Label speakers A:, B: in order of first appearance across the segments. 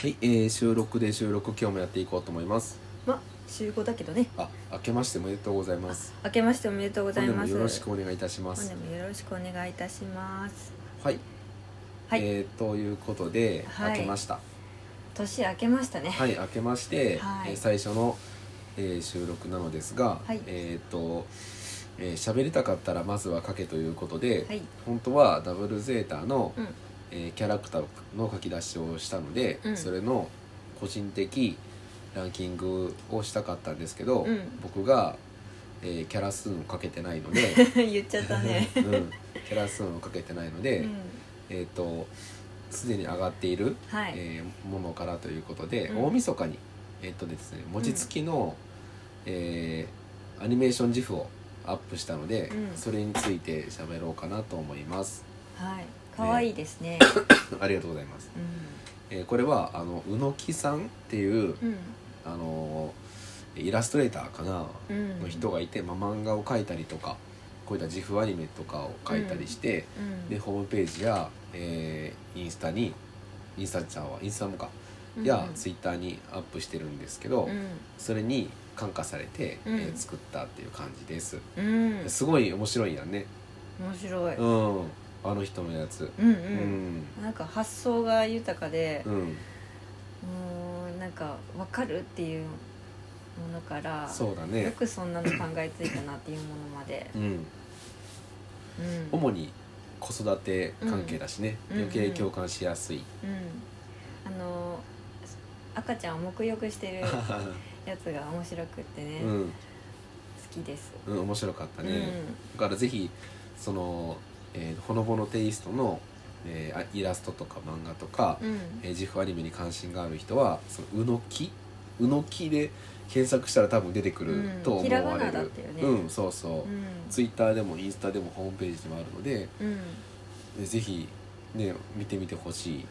A: はい、えー収録で収録今日もやっていこうと思います
B: まあ週5だけどね
A: あ、明けましておめでとうございます
B: 明けましておめでとうございます
A: 本年もよろしくお願いいたしま
B: 本
A: す
B: 年もよろしくお願いいたします
A: はい、
B: はい、
A: えー、ということで、
B: はい
A: 明けました
B: 年明けましたね
A: はい、明けまして、
B: はい
A: えー最初の、えー収録なのですが、
B: はい
A: えっ、とえー喋りたかったらまずは書けということで、
B: はい
A: 本当はダブルゼータの、
B: うん
A: えーキャラクターの書き出しをしたので、
B: うん
A: それの個人的ランキングをしたかったんですけど、
B: うん
A: 僕が、えーキャラ数をかけてない ので、
B: 言っちゃったね
A: うん、キャラ数をかけてないので、
B: うん
A: えっ、とすでに上がっている、
B: はい、
A: えーものからということで、
B: うん
A: 大晦日にえっ、とですね餅つきの、えーアニメーション自負をアップしたので、
B: うん
A: それについて喋ろうかなと思います。
B: はい可愛いですね
A: ありがとうございます。えーこれはあの宇野木さんっていう、
B: うん
A: あのーイラストレーターかな
B: うんうん
A: の人がいて、まあ、漫画を描いたりとかこういった自負アニメとかを描いたりして、
B: うん
A: でホームページや、えーインスタにインスタちゃんはインスタもか、
B: うん
A: やツイッターにアップしてるんですけど、
B: う
A: それに感化されて、
B: うん
A: えー作ったっていう感じです、
B: んうん
A: すごい面白いやんね
B: 面白い
A: うんあの人のやつ
B: うん
A: う
B: うん
A: ん
B: なんか発想が豊かで
A: うん、
B: もうなんかわかるっていうものから
A: そうだ
B: よ
A: ね
B: くそんなの考えついたなっていうものまで
A: うん
B: うん
A: 主に子育て関係だしね、
B: うん
A: 余計共感しやすい、
B: うん、あの赤ちゃんを沐浴してるやつが面白くってね、
A: う
B: 好
A: ん、
B: きです、
A: うん、面白かったね、だからぜひその、えーほのぼのテイストの、えーあイラストとか漫画とか、
B: うん、うん
A: えー自負アニメに関心がある人は「そのうのき」「うのき」で検索したら多分出てくると思わ
B: うんひらが
A: れ
B: なだっ
A: る
B: たよ、ね
A: うんそうそう、
B: うん
A: ツイッターでもインスタでもホームページでもあるので
B: うん
A: えーぜひね見てみてほしい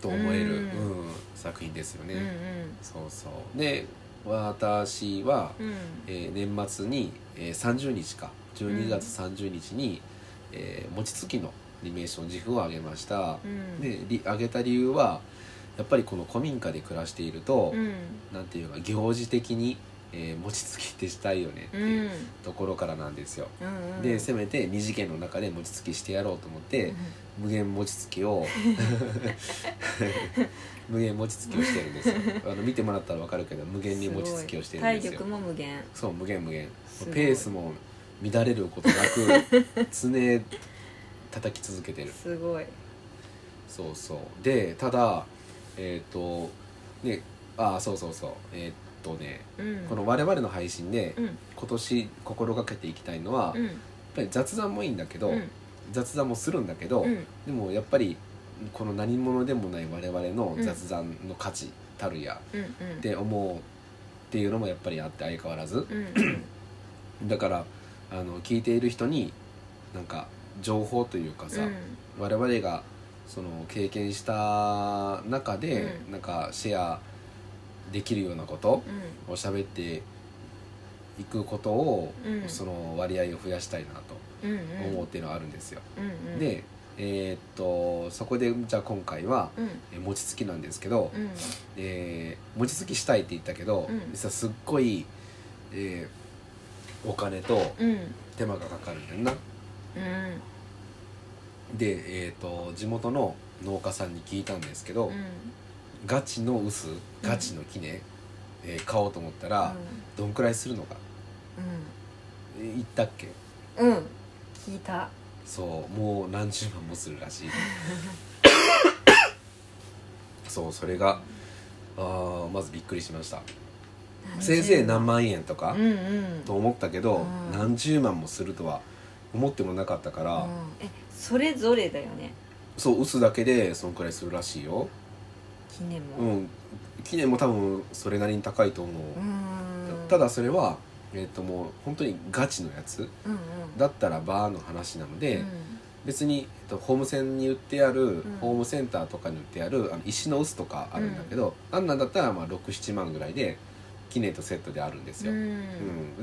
A: と思える、
B: う
A: うんん作品ですよね、
B: うん
A: そうそうで私は、
B: うんうん
A: えー年末に、えー30日か12月30日に、えー餅つきのアニメーション自負をあげました、
B: うん
A: でりあげた理由はやっぱりこの古民家で暮らしていると、
B: うん
A: なんていうか行事的に、えー餅つきってしたいよねって
B: うん
A: いうところからなんですよ、
B: うんうん
A: でせめて二次元の中で餅つきしてやろうと思って、無限餅つき を無限餅つきをしてるんですよあの見てもらったら分かるけど無限に餅つきをしてるんですよ
B: 体力も無限
A: そう無限無限
B: すごい
A: ペースも乱れることな く常叩き続けてる
B: すごい
A: そうそうでただえっ、とねああそうそうそうえっ、とね
B: うん
A: この我々の配信で
B: うん
A: 今年心がけていきたいのは、
B: う
A: やっ
B: ん
A: ぱり雑談もいいんだけど、
B: うん
A: 雑談もするんだけど、
B: うん
A: でもやっぱりこの何者でもない我々の雑談の価値たるや
B: うんうん
A: って思うっていうのもやっぱりあって相変わらず
B: うんうん
A: だからあの聞いている人になんか情報というかさ、我々がその経験した中で、
B: う
A: なんかシェアできるようなこと
B: うん
A: を喋っていくことを、
B: うん
A: その割合を増やしたいなと
B: うんうん
A: 思うっていうのはあるんですよ。
B: うんうん
A: で、えーっとそこでじゃあ今回は、
B: うん
A: えー餅つきなんですけど、
B: うん
A: えー餅つきしたいって言ったけど、
B: うん
A: 実はすっごい、えーお金と
B: うん
A: 手間がかかるんだよな。
B: うん
A: で、えー、と地元の農家さんに聞いたんですけど、
B: うん
A: ガチの臼ガチの木ね、えー買おうと思ったら、どんくらいするのかえー言ったっけ
B: うんうん聞いた
A: そうもう何十万もする らしいそうそれがあーまずびっくりしました先生何万円とか、
B: うんうん
A: と思ったけど、
B: うん
A: 何十万もするとは思ってもなかったから、
B: うんえそれぞれだよね
A: そう臼だけでそんくらいするらしいよ
B: 記念
A: う
B: も
A: ん記念も多分それなりに高いと思う、
B: うん
A: ただそれは、えー、ともう本当にガチのやつ
B: うんうん
A: だったらバーの話なので、
B: うん
A: 別に、えっとホームセンに売ってある、
B: ん
A: ホームセンターとかに売ってあるあの石の臼とかあるんだけど、あんなんだったらまあ67万ぐらいで記念とセットであるんですよ、
B: う
A: うん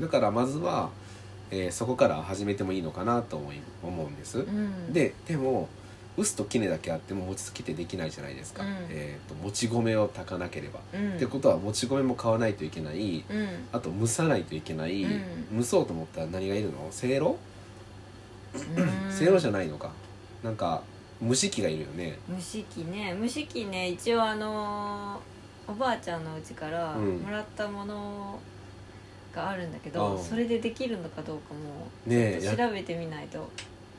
B: ん
A: だからまずは、えーそこから始めてもいいのかなと思い思うんです、
B: うん
A: ででも臼と杵だけあっても餅つきってできないじゃないですか、
B: うん
A: えー、ともち米を炊かなければ、
B: うん
A: ってことはもち米も買わないといけない
B: うん
A: あと蒸さないといけない、
B: うん
A: 蒸そうと思ったら何がいるのせいろ
B: うん
A: せいろじゃないのかなんか蒸し器がいるよね
B: 蒸し器ね蒸し器ね一応あのーおばあちゃんのうちから
A: うん
B: もらったものがあるんだけど、
A: うん
B: それでできるのかどうかも
A: ねえ
B: ちょ
A: や
B: っと調べてみないと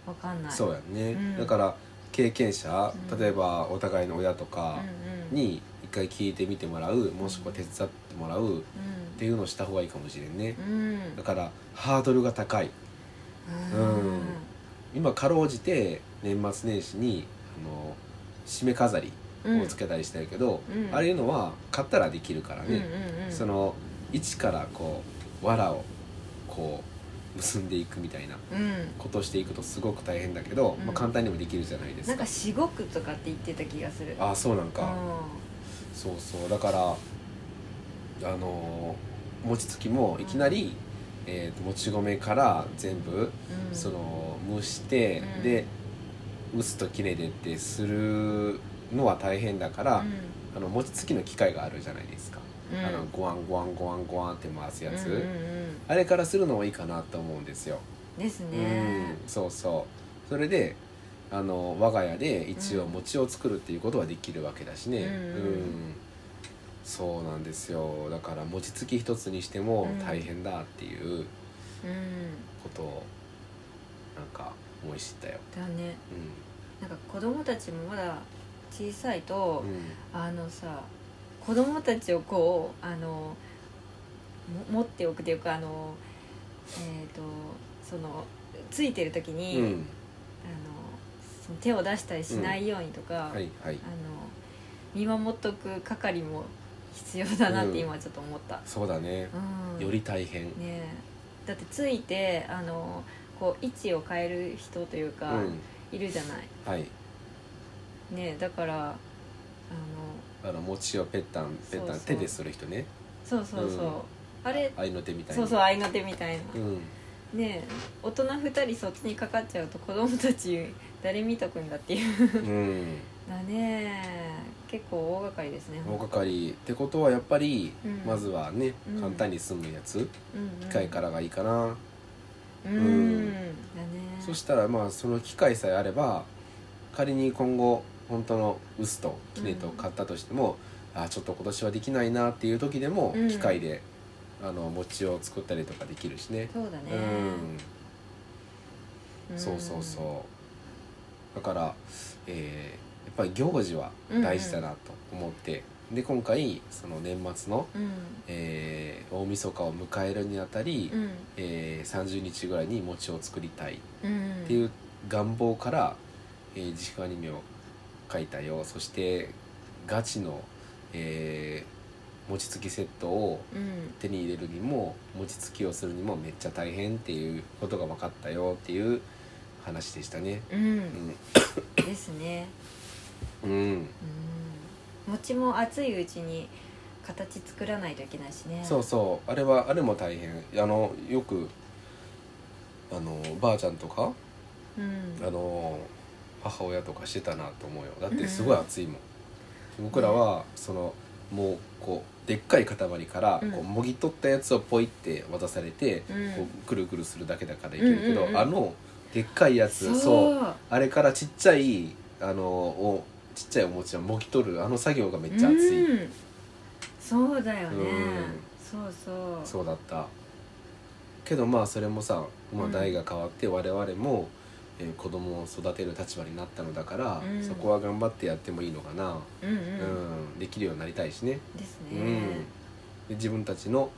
B: わかんない
A: そううやね、
B: うん
A: だから経験者
B: うん
A: 例えばお互いの親とか
B: んうん
A: に一回聞いてみてもらうもしくは手伝ってもらうっていうのをした方がいいかもしれんね
B: うんうん
A: だからハードルが高いうん今かろうじて年末年始にあの締め飾り
B: うん
A: をつけたりしてるけど、
B: うん
A: ああいうのは買ったらできるから
B: うんう
A: ね、
B: んうん
A: その一からこう藁をこう結んでいくみたいな
B: うん
A: ことをしていくとすごく大変だけど、
B: うん
A: まあ、簡単にもできるじゃないです
B: なん
A: か
B: かしごくとかって言ってた気がする
A: ああそうなんか、
B: う
A: そうそうだからあのー餅つきもいきなり、えーともち米から全部、
B: んうん
A: その蒸して、
B: うん
A: で蒸すときれでってするのは大変だから、
B: うん
A: あの餅つきの機械があるじゃないですか、
B: うん
A: あのごわんごわんごわんごわんって回すやつ、
B: うんうんうん
A: あれからするのもいいかなと思うんですよ、
B: ですね
A: うんそうそうそれであの我が家で一応
B: うん
A: 餅を作るっていうことはできるわけだしね
B: うんうん
A: そうなんですよだから餅つき一つにしても
B: うん
A: 大変だっていう
B: うん
A: ことをなんか思い知ったよ、
B: だね
A: う
B: なんか子供たちもまだ小さいと
A: んう、ん、
B: あのさ子供たちをこうあのも持っておくというかあのえっ、とそのついてる時に、
A: うん
B: あのその手を出したりしないようにとか、
A: はいはい
B: あの見守っとく係も必要だなって今ちょっと思った、
A: そうだね
B: うん
A: より大変
B: ねえだってついてあのこう位置を変える人という
A: う
B: か、
A: ん
B: いるじゃない
A: はい
B: ねえだからあの
A: あの餅をペッタンペッタ
B: そう
A: ン
B: そ
A: 手
B: う
A: でする人ね
B: そうそうそう、
A: うん
B: あれ
A: 愛の手みたいに
B: そうそう合いの手みたいな、
A: うん
B: ねえ大人2人そっちにかかっちゃうと子供たち誰見とくんだってい
A: う
B: う
A: ん
B: だねえ結構大掛かりですね
A: 大掛かりってことはやっぱり、
B: うん
A: まずはね
B: うん
A: 簡単に済むやつ、
B: うんうん
A: 機械からがいいかな、
B: うん、
A: うん
B: だね
A: そしたらまあその機械さえあれば仮に今後本当の臼と杵と買ったとしても、あちょっと今年はできないなっていう時でも、
B: うん
A: 機械であの餅を作ったりとかできるしね
B: そうだね、
A: うんそうそう
B: うん
A: そうだから、えーやっぱり行事は大事だなと思って、で今回その年末の
B: うん
A: えー大晦日を迎えるにあたり、
B: うん
A: えー30日ぐらいに餅を作りたいっ
B: うん
A: ていう願望から、えー自主アニメを書いたよそしてガチの、えー餅つきセットを
B: うん
A: 手に入れるにも餅つきをするにもめっちゃ大変っていうことが分かったよっていう話でしたね。
B: うんですね
A: うん、うん
B: うん餅も熱いうちに形作らないといけないしね
A: そうそうあれはあれも大変あのよくあのばあちゃんとか
B: うん
A: あの母親とかしてたなと思うよだってすごい暑いもん、僕らはそのもうこうでっかい塊から
B: うん
A: こうもぎ取ったやつをポイって渡されて、
B: うん
A: こうくるくるするだけだからいけるけど、
B: うんうんうん
A: あのでっかいやつ
B: そう
A: そうあれからちっちゃいあのおちっちゃいお餅をもぎ取るあの作業がめっちゃ熱い、
B: うんそうだよね
A: うん
B: そうそう
A: そうだったけどまあそれもさ、まあ、
B: うん
A: 代が変わって我々も、えー子供を育てる立場になったのだから、
B: うん
A: そこは頑張ってやってもいいのかな、
B: うんう
A: うんんできるようになりたいしね、
B: です
A: う
B: ね
A: んで自分たちの、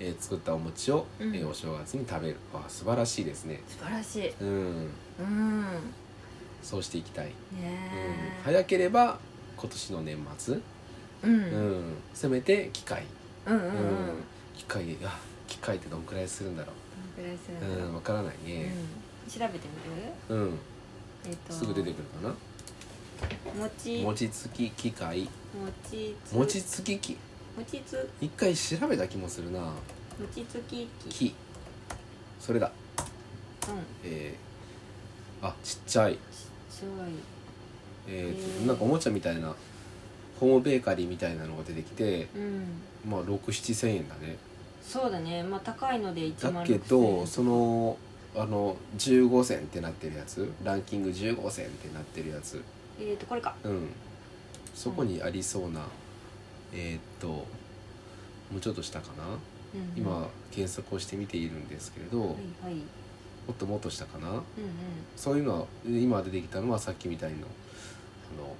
A: えー作ったお餅を、
B: うん
A: えーお正月に食べるあ素晴らしいですね、
B: 素晴らしい
A: うん、
B: うん
A: そうしていきたい、
B: ね
A: うん、
B: え
A: 早ければ今年の年末、
B: うんう
A: うん
B: んうん
A: せめて機械、
B: うんう
A: うん
B: どの
A: 機械あ機械ってどんくらいするんだろ
B: くらいするん
A: う、
B: だろ
A: う、
B: うん
A: わからないね、
B: うん調べてみる
A: うん、
B: えっと
A: すぐ出てくるかな
B: 餅
A: 餅つき機械
B: 餅つ
A: 餅つき機
B: 餅つ
A: 一回調べた気もするな
B: 餅つき器
A: 木それだ
B: うん
A: えー、あちっちゃい
B: すごい
A: えー
B: へ
A: と
B: ー
A: なんかおもちゃみたいなホームベーカリーみたいなのが出てきて
B: うん
A: まあ67000円だね
B: そうだねまあ高いので1
A: だ
B: 万6000
A: けどそのあの15銭ってなってるやつランキング15銭ってなってるやつ
B: えー、とこれか
A: うんそこにありそうな、えーっともうちょっと下かな
B: うん
A: 今検索をしてみているんですけれど、も
B: はいはい
A: っともっと下かな
B: うんうん
A: そういうのは今出てきたのはさっきみたいなあの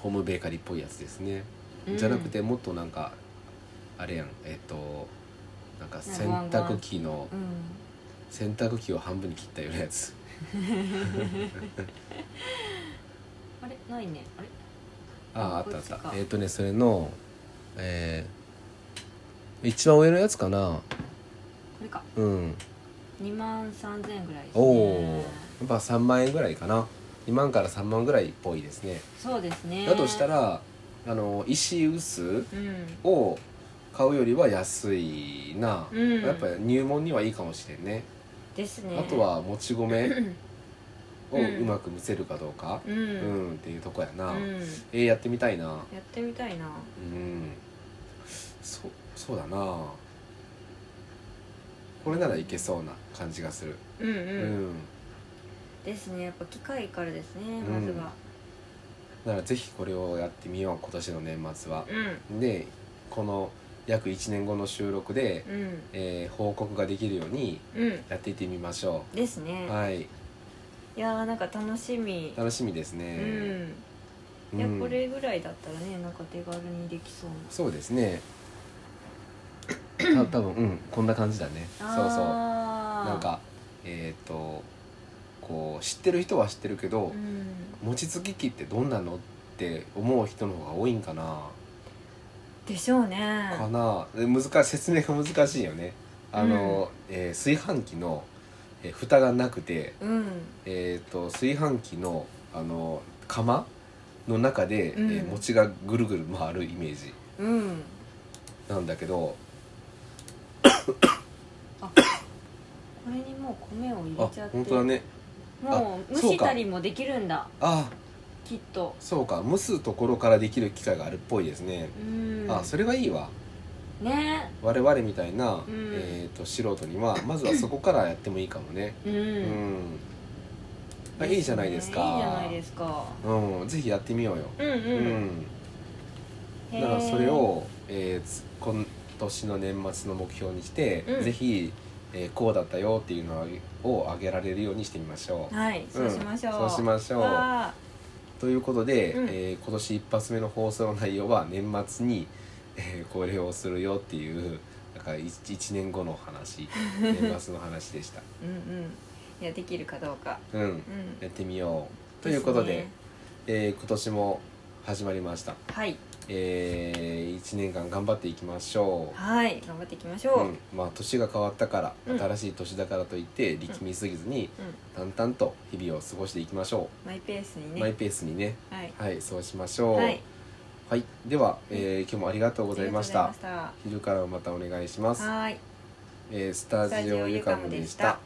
A: ホームベーカリーっぽいやつですね、
B: うん
A: じゃなくてもっとなんかあれやんえっ、となんか洗濯機の
B: うん
A: 洗濯機を半分に切ったようなやつ
B: あれないねあれ
A: あああっ
B: こ
A: たあ
B: っ
A: っ
B: ち
A: た
B: か
A: えっ、とねそれのえー一番上のやつかな
B: これか
A: うん
B: 2万3000円ぐらいですね
A: おおやっぱ3万円ぐらいかな2万から3万ぐらいっぽいですね、
B: そうですね
A: だとしたらあの石臼
B: うん
A: を買うよりは安いな、
B: うん
A: やっぱ入門にはいいかもしれんね
B: ですね
A: あとはもち米を
B: うん
A: うまく蒸せるかどうか、
B: うん、
A: うんっていうとこやな、
B: うん
A: えーやってみたいな
B: やってみたいな
A: うんそそうだなこれならいけそうな感じがする
B: うんうん、
A: うん、
B: ですねやっぱ機械からですねまずは
A: ならぜひこれをやってみよう今年の年末は
B: うん
A: でこの約1年後の収録で、
B: うん
A: えー報告ができるように
B: うん、
A: やっていってみましょ
B: です
A: う
B: ね、
A: はい
B: い、やーなんか楽しみ、
A: 楽しみですね、
B: うんいや
A: うん
B: これぐらいだったらねなんか手軽にできそうな
A: そうですねた多分うんこんな感じだねそうそう
B: う
A: なんかえっ、とこう知ってる人は知ってるけど、
B: うん
A: 餅つき機ってどんなのって思う人の方が多いんかな、
B: でしょうね
A: かなで難しい説明が難しいよねあの、えー炊飯器の、えー蓋がなくて、
B: うん
A: えー、と炊飯器のあの釜の中で、
B: うん
A: えー餅がぐるぐる回るイメージ
B: うん
A: なんだけど
B: あこれにもう米を入
A: あ
B: れちゃって
A: 本当だね
B: も
A: あ
B: う蒸
A: そう
B: し
A: か
B: たりもできるんだ
A: あ
B: きっと
A: そうか蒸すところからできる機会があるっぽいですね、
B: うん
A: あそれがいいわ
B: ね
A: 我々みたいな、
B: ん
A: えー、と素人にはまずはそこからやってもいいかもね
B: うん、
A: うん、あいいじゃないですか
B: いいじゃないですか
A: うん、ぜひやってみようよ、
B: うんうん、
A: うん、だからそれを、えーつ今年の年末の目標にして、
B: うん
A: ぜひ、えーこうだったよっていうのをあげられるようにしてみましょう、
B: はいそうしましょう、
A: んそうしましょう
B: わあ
A: ということで、
B: うん
A: えー今年一発目の放送の内容は年末に、えーこれをするよっていうなんか 1, 年後のお 話年末の話でした、
B: うんうんいやできるかどうか
A: うん、
B: うん
A: やってみようということで
B: すね
A: えー今年も始まりました、
B: はい
A: え1年間頑張っていきましょう
B: はい頑張っていきましょう、
A: うんまあ、年が変わったから、
B: うん
A: 新しい年だからといって力みすぎずに、
B: うん
A: 淡々と日々を過ごしていきましょ
B: マイペース
A: う、
B: に
A: マ
B: ね
A: イペースにね
B: はい
A: はいそうしましょう
B: はい
A: はいでは、えー今日もありがとうございまし
B: あり
A: た
B: がとうございま
A: 昼からもまたお願いしま
B: し
A: す
B: た、はい
A: えースタジオゆかむでした